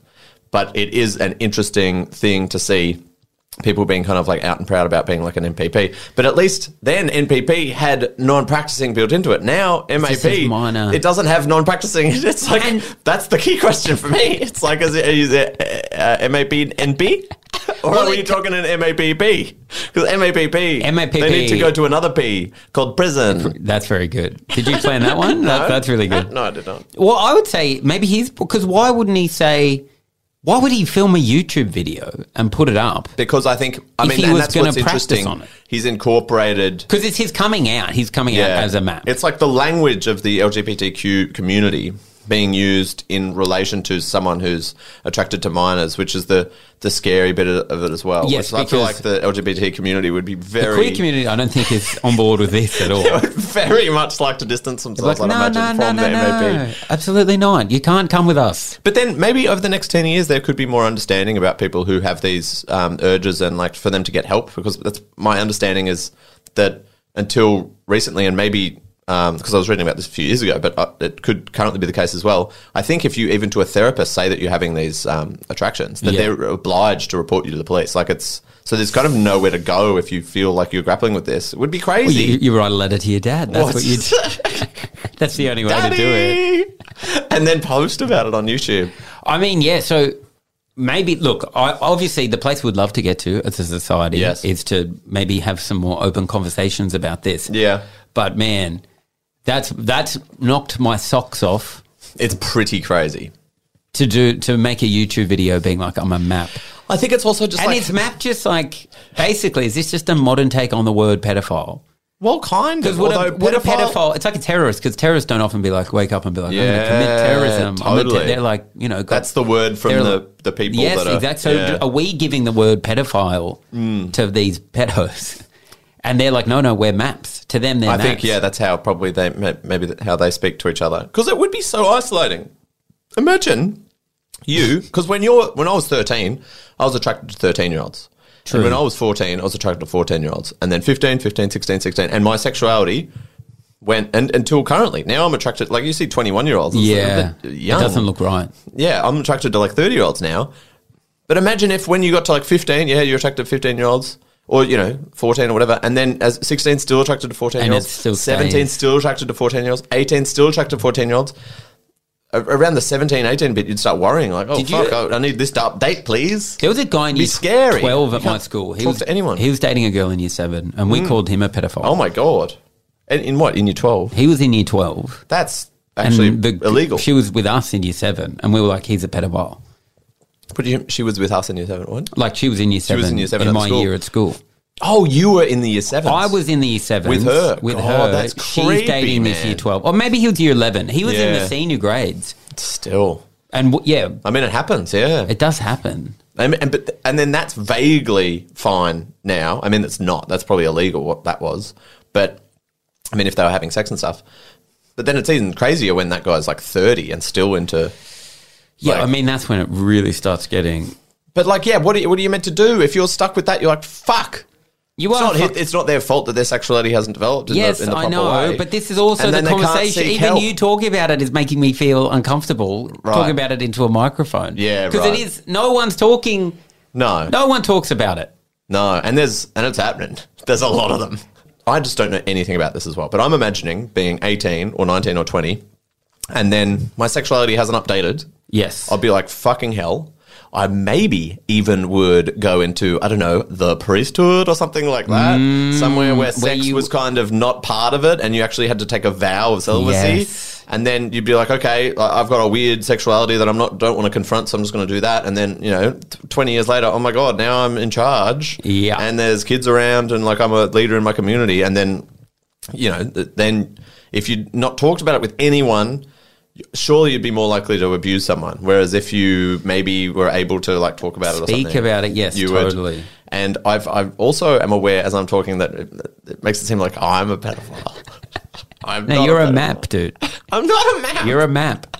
S1: But it is an interesting thing to see people being kind of like out and proud about being like an NPP. But at least then NPP had non-practicing built into it. Now
S2: just says
S1: MAP,
S2: minor.
S1: it doesn't have non-practicing. It's like
S2: And-
S1: that's the key question for me. It's like is it, is it uh, uh, MAP NB? Or
S2: Well,
S1: are
S2: it-
S1: we talking an MAPP? Because MAPP,
S2: MAPP.
S1: they need to go to another P called prison.
S2: That's very good. Did you plan that one? that, that's really good.
S1: No, I did not.
S2: Well, I would say maybe he's because why wouldn't he say? Why would he film a YouTube video and put it up?
S1: Because I think I
S2: If
S1: mean
S2: he
S1: and
S2: was
S1: that's
S2: gonna
S1: what's
S2: practice
S1: interesting.
S2: on it.
S1: He's incorporated
S2: Because it's his coming out. He's coming out as a man.
S1: It's like the language of the LGBTQ community being used in relation to someone who's attracted to minors, which is the the scary bit of it as well.
S2: Yes,
S1: which I feel like
S2: because-
S1: the LGBT community would be
S2: the
S1: very
S2: queer community. I don't think is on board with this at all.
S1: very much like to distance
S2: like,
S1: themselves.
S2: no,
S1: I'd
S2: no,
S1: imagine
S2: no, no,
S1: from the MAP.
S2: no, absolutely not. You can't come with us.
S1: But then maybe over the next 10 years, there could be more understanding about people who have these um, urges and like for them to get help because that's my understanding is that until recently and maybe because I was reading about this a few years ago, but uh, it could currently be the case as well. I think if you even to a therapist say that you're having these um, attractions, that
S2: Yeah.
S1: they're obliged to report you to the police. Like it's so there's kind of nowhere to go if you feel like you're grappling with this. It would be
S2: Well,
S1: crazy.
S2: you, you write a letter to your dad. That's what, you. Do. That's the only way to do it.
S1: Daddy! and then post about it on YouTube.
S2: I mean, yeah. So maybe look. I, obviously, the place we'd love to get to as a society
S1: Yes.
S2: is to maybe have some more open conversations about this.
S1: Yeah.
S2: But man, that's that's knocked my socks off
S1: It's pretty crazy.
S2: to do to make a YouTube video being like I'm a map.
S1: I think it's also just
S2: and
S1: like
S2: is map just like basically is this just a modern take on the word pedophile?
S1: well, kind
S2: Because
S1: of.
S2: would, a,
S1: although
S2: would a pedophile? It's like a terrorist because terrorists don't often be like wake up and be like I'm going to commit
S1: Yeah,
S2: terrorism. I'm gonna
S1: totally.
S2: they're like you know
S1: That's the word from
S2: They're-
S1: the, the people.
S2: yes,
S1: that are,
S2: exactly. So
S1: yeah. Mm.
S2: d- are we giving the word pedophile to these pedos? And they're like, no, no, we're maps. To them, they're
S1: I
S2: maps.
S1: think yeah, that's how probably they may- maybe that- how they speak to each other because it would be so isolating. Imagine you because when you're when I was thirteen, I was attracted to thirteen year olds. And when I was 14, I was attracted to 14 year olds. And then 15, 15, 16, 16. And my sexuality went and, until currently. Now I'm attracted, like you see 21 year olds.
S2: yeah.
S1: Young.
S2: It doesn't look right.
S1: yeah, I'm attracted to like 30 year olds now. But imagine if when you got to like 15, yeah, you're attracted to 15 year olds or, you know, 14 or whatever. And then as 16, still attracted to 14
S2: And
S1: year
S2: it
S1: olds.
S2: still
S1: 17,
S2: stays.
S1: still attracted to 14 year olds. 18, still attracted to 14 year olds. a- around the 17, 18 bit, you'd start worrying like, oh
S2: Did you-
S1: fuck, I, I need this to update, please.
S2: There was a guy in
S1: Be
S2: year
S1: scary.
S2: twelve
S1: You
S2: at my
S1: can't
S2: school. He
S1: talk
S2: was
S1: to anyone.
S2: He was dating a girl in year seven, and we called him a pedophile.
S1: Oh my god! In, in what? In your 12?
S2: He was in year twelve,
S1: That's actually
S2: and the,
S1: illegal.
S2: She was with us in year seven, and we were like, "He's a pedophile."
S1: But you, she was with us in year seven. What?
S2: Like she was in year seven.
S1: was in year seven
S2: in
S1: at
S2: my
S1: school.
S2: year at school.
S1: Oh, you were in the year seven.
S2: I was in the year seven
S1: With her.
S2: With
S1: God,
S2: her,
S1: that's
S2: she's
S1: creepy,
S2: dating this
S1: man.
S2: year twelve, or maybe he was year eleven. He was in
S1: Yeah.
S2: the senior grades,
S1: still.
S2: and w- yeah,
S1: I mean, it happens. Yeah.
S2: it does happen.
S1: and, and but th- and then that's vaguely fine now. I mean, it's not. That's probably illegal. What that was, but I mean, if they were having sex and stuff. But then it's even crazier when that guy's like thirty and still into.
S2: Yeah,
S1: Like-
S2: I mean that's when it really starts getting.
S1: But like, yeah, what are you, what are you meant to do if you're stuck with that? You're like, fuck.
S2: You
S1: It's
S2: are
S1: not,
S2: Oh, fuck-
S1: hit, it's not their fault that their sexuality hasn't developed. In
S2: Yes,
S1: the, in the
S2: I
S1: proper
S2: know,
S1: way.
S2: but this is also
S1: And
S2: the
S1: then they can't
S2: conversation.
S1: seek
S2: Even
S1: help.
S2: you talking about it is making me feel uncomfortable. Talking about it into a microphone,
S1: Yeah,
S2: because
S1: right.
S2: it is. No one's talking.
S1: no,
S2: No one talks about it.
S1: No, and there's and it's happening. There's a lot of them. I just don't know anything about this as well. But I'm imagining being 18 or 19 or 20, and then my sexuality hasn't updated.
S2: Yes,
S1: I'd be like, fucking hell. I maybe even would go into, I don't know, the priesthood or something like that. somewhere where sex
S2: Mm. where you-
S1: was kind of not part of it and you actually had to take a vow of celibacy.
S2: Yes.
S1: And then you'd be like, okay, I- I've got a weird sexuality that I'm not, don't want to confront, so I'm just going to do that. And then, you know, t- 20 years later, oh my God, now I'm in charge.
S2: Yeah.
S1: And there's kids around and like I'm a leader in my community. And then you know, th- then if you'd not talked about it with anyone, surely you'd be more likely to abuse someone. Whereas if you maybe were able to like talk about it or
S2: Speak
S1: something,
S2: about it, yes, totally.
S1: And I've I've also am aware as I'm talking that it, it makes it seem like I'm a pedophile. I'm
S2: no,
S1: not
S2: you're a
S1: pedophile.
S2: map, dude.
S1: I'm not a map.
S2: You're a map.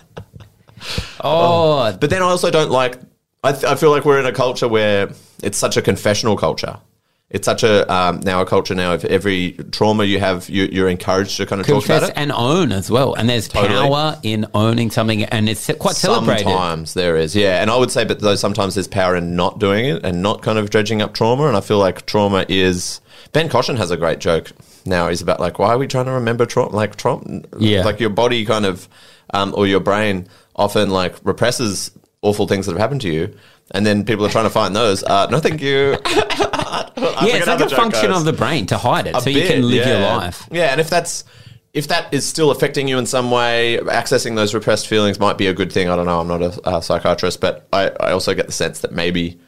S2: Oh,
S1: But then I also don't like. I, th- I feel like we're in a culture where it's such a confessional culture. It's such a um, now a culture now. If every trauma you have, you, you're encouraged to kind of talk about
S2: confess
S1: it.
S2: and own as well. And there's
S1: Totally.
S2: power in owning something, and it's quite celebrated.
S1: Sometimes there is, yeah. And I would say, but though sometimes there's power in not doing it and not kind of dredging up trauma. And I feel like trauma is. Ben Caution has a great joke now. He's about like, why are we trying to remember trauma? Like trauma,
S2: Yeah.
S1: Like your body kind of, um, or your brain often like represses awful things that have happened to you. And then people are trying to find those. Uh, no, thank you.
S2: yeah, it's like
S1: another
S2: a
S1: joke
S2: function
S1: goes.
S2: of the brain to hide it,
S1: A
S2: so you
S1: bit,
S2: can live your
S1: yeah.
S2: life.
S1: Yeah, and if that's if that is still affecting you in some way, accessing those repressed feelings might be a good thing. I don't know. I'm not a, uh psychiatrist, but I, I also get the sense that maybe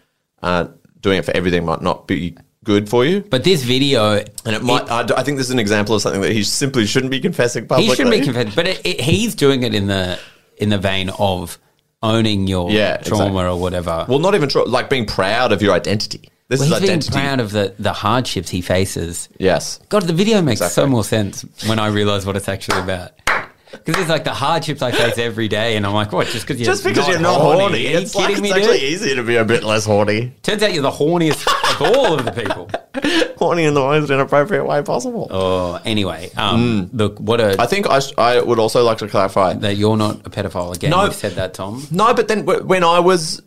S1: uh, doing it for everything might not be good for you.
S2: But this video,
S1: And it might. I d I I think this is an example of something that he simply shouldn't be confessing publicly.
S2: he shouldn't be confessed, but it, it, he's doing it in the in the vein of owning your
S1: Yeah,
S2: trauma
S1: exactly.
S2: or whatever.
S1: Well, not even tr- like being proud of your identity. This
S2: Well,
S1: is
S2: he's
S1: identity.
S2: being proud of the, the hardships he faces.
S1: yes.
S2: God, the video makes so
S1: Exactly.
S2: more sense when I realize what it's actually about. Because it's like the hardships I face every day, and I'm like, what? Just because you're
S1: Just because
S2: not
S1: you're not
S2: horny?
S1: horny,
S2: Are you
S1: it's, like,
S2: kidding
S1: it's
S2: me, dude?
S1: actually easier to be a bit less horny.
S2: Turns out you're the horniest of all of the people.
S1: Horny in the most inappropriate way possible.
S2: Oh, anyway, um, look, what a
S1: Mm. I think I, sh- I would also like to clarify
S2: that you're not a pedophile again.
S1: No.
S2: You've said that, Tom.
S1: No, but then w- when I was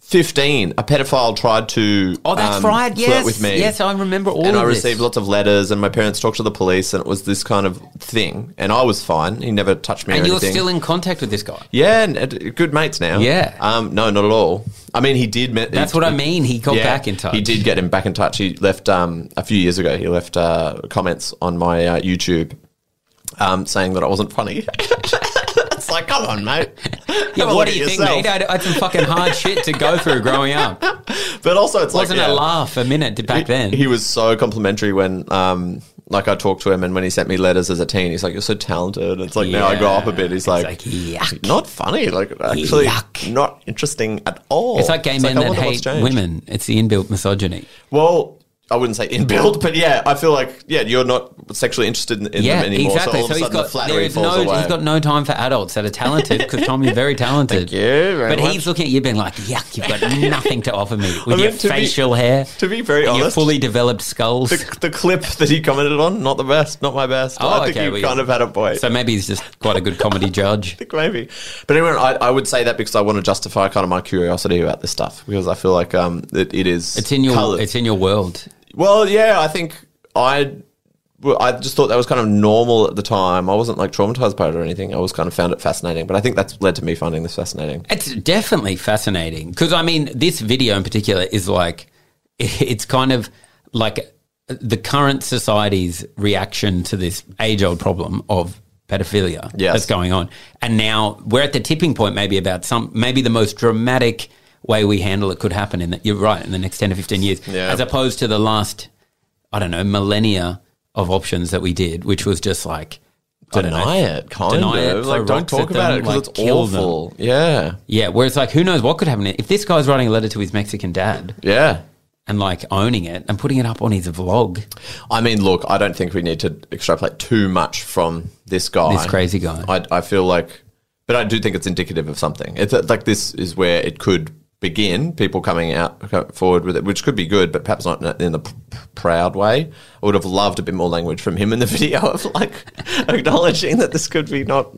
S1: 15, a pedophile tried to
S2: Oh, that's
S1: um,
S2: right. Yes,
S1: flirt with me.
S2: yes, I remember all
S1: and
S2: of
S1: I
S2: this.
S1: received lots of letters, and my parents talked to the police, and it was this kind of thing. And I was fine. He never touched me
S2: and
S1: or
S2: you're
S1: anything.
S2: still in contact with this guy.
S1: yeah, and, and good mates now.
S2: Yeah.
S1: Um, no, not at all. I mean, he did. Me-
S2: That's what I mean. He got back in touch.
S1: He did get him back in touch. He left um, a few years ago. He left uh, comments on my uh, YouTube um, saying that I wasn't funny. it's like, come on, mate.
S2: Yeah,
S1: Have a look
S2: what do
S1: at
S2: you think,
S1: yourself.
S2: mate? I, had some fucking hard shit to go through growing up.
S1: But also, it's
S2: Wasn't
S1: like,
S2: a
S1: yeah.
S2: laugh a minute back then.
S1: He was so complimentary when, um, like, I talked to him, and when he sent me letters as a teen, he's like, "You're so talented." It's like now I grow up a bit. He's
S2: It's
S1: like,
S2: like, yuck.
S1: not funny. Like, actually,
S2: Yuck.
S1: not interesting at all."
S2: it's like gay men
S1: I
S2: that
S1: wonder what's
S2: hate
S1: changed.
S2: women. It's the inbuilt misogyny.
S1: Well, I wouldn't say inbuilt, but yeah, I feel like yeah, you're not sexually interested in, in
S2: yeah,
S1: them anymore.
S2: exactly.
S1: So all of a
S2: he's
S1: sudden, the
S2: got there
S1: flattery
S2: is
S1: falls
S2: no
S1: away.
S2: he's got no time for adults that are talented because Tommy's very talented.
S1: you very
S2: but
S1: much.
S2: he's looking at you being like, "Yuck, you've got nothing to offer me with
S1: I
S2: your
S1: mean, to be-
S2: facial hair."
S1: to be very
S2: and your
S1: honest-
S2: fully developed skulls.
S1: the, the clip that he commented on, not the best, not my best.
S2: Oh,
S1: I think
S2: okay,
S1: you
S2: well,
S1: kind
S2: yeah.
S1: of had a point.
S2: so maybe he's just quite a good comedy judge.
S1: think maybe. But anyway, I, I would say that because I want to justify kind of my curiosity about this stuff because I feel like um it, it is
S2: It's in your
S1: coloured.
S2: it's in your world.
S1: well, yeah. I think I well, I just thought that was kind of normal at the time. I wasn't like traumatized by it or anything. I was kind of found it fascinating, but I think that's led to me finding this fascinating.
S2: It's definitely fascinating because I mean, this video in particular is like it's kind of like the current society's reaction to this age-old problem of pedophilia
S1: Yes.
S2: that's going on, and now we're at the tipping point. Maybe about some, maybe the most dramatic way we handle it could happen in that. You're right. In the next ten to fifteen years,
S1: Yeah.
S2: as opposed to the last, I don't know, millennia of options that we did, which was just like I don't know,
S1: Deny it, kind
S2: deny it,
S1: of.
S2: throw
S1: like, don't
S2: rocks at
S1: talk about
S2: them,
S1: it because
S2: like,
S1: it's
S2: kill them.
S1: awful. Yeah,
S2: Yeah, where it's like, who knows what could happen? If this guy's writing a letter to his Mexican dad
S1: yeah.
S2: and like owning it and putting it up on his vlog,
S1: I mean, look, I don't think we need to extrapolate too much from this guy.
S2: This crazy guy.
S1: I, I feel like, but I do think it's indicative of something. It's uh, like this is where it could begin. People coming out co- forward with it, which could be good, but perhaps not in a- in the p- p- proud way. I would have loved a bit more language from him in the video of like acknowledging that this could be not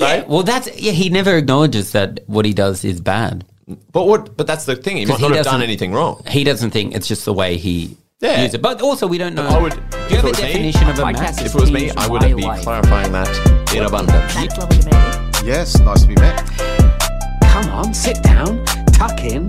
S1: right.
S2: well, that's yeah. He never acknowledges that what he does is bad.
S1: But what? But that's the thing. He might
S2: 'Cause
S1: not
S2: he
S1: have done
S2: doesn't-
S1: anything wrong.
S2: He doesn't think it's just the way he
S1: Yeah.
S2: uses it. But also, we don't know.
S1: I would-
S2: Do
S1: if
S2: you
S1: it
S2: have a
S1: was me-
S2: definition of a
S3: Podcast
S2: max?
S3: is-
S1: If it was me,
S3: Changed
S1: I wouldn't
S3: my
S1: be
S3: life.
S1: clarifying that in abundance.
S4: That's lovely to meet you.
S7: Yes, nice to be met.
S3: Come on, sit down, tuck in.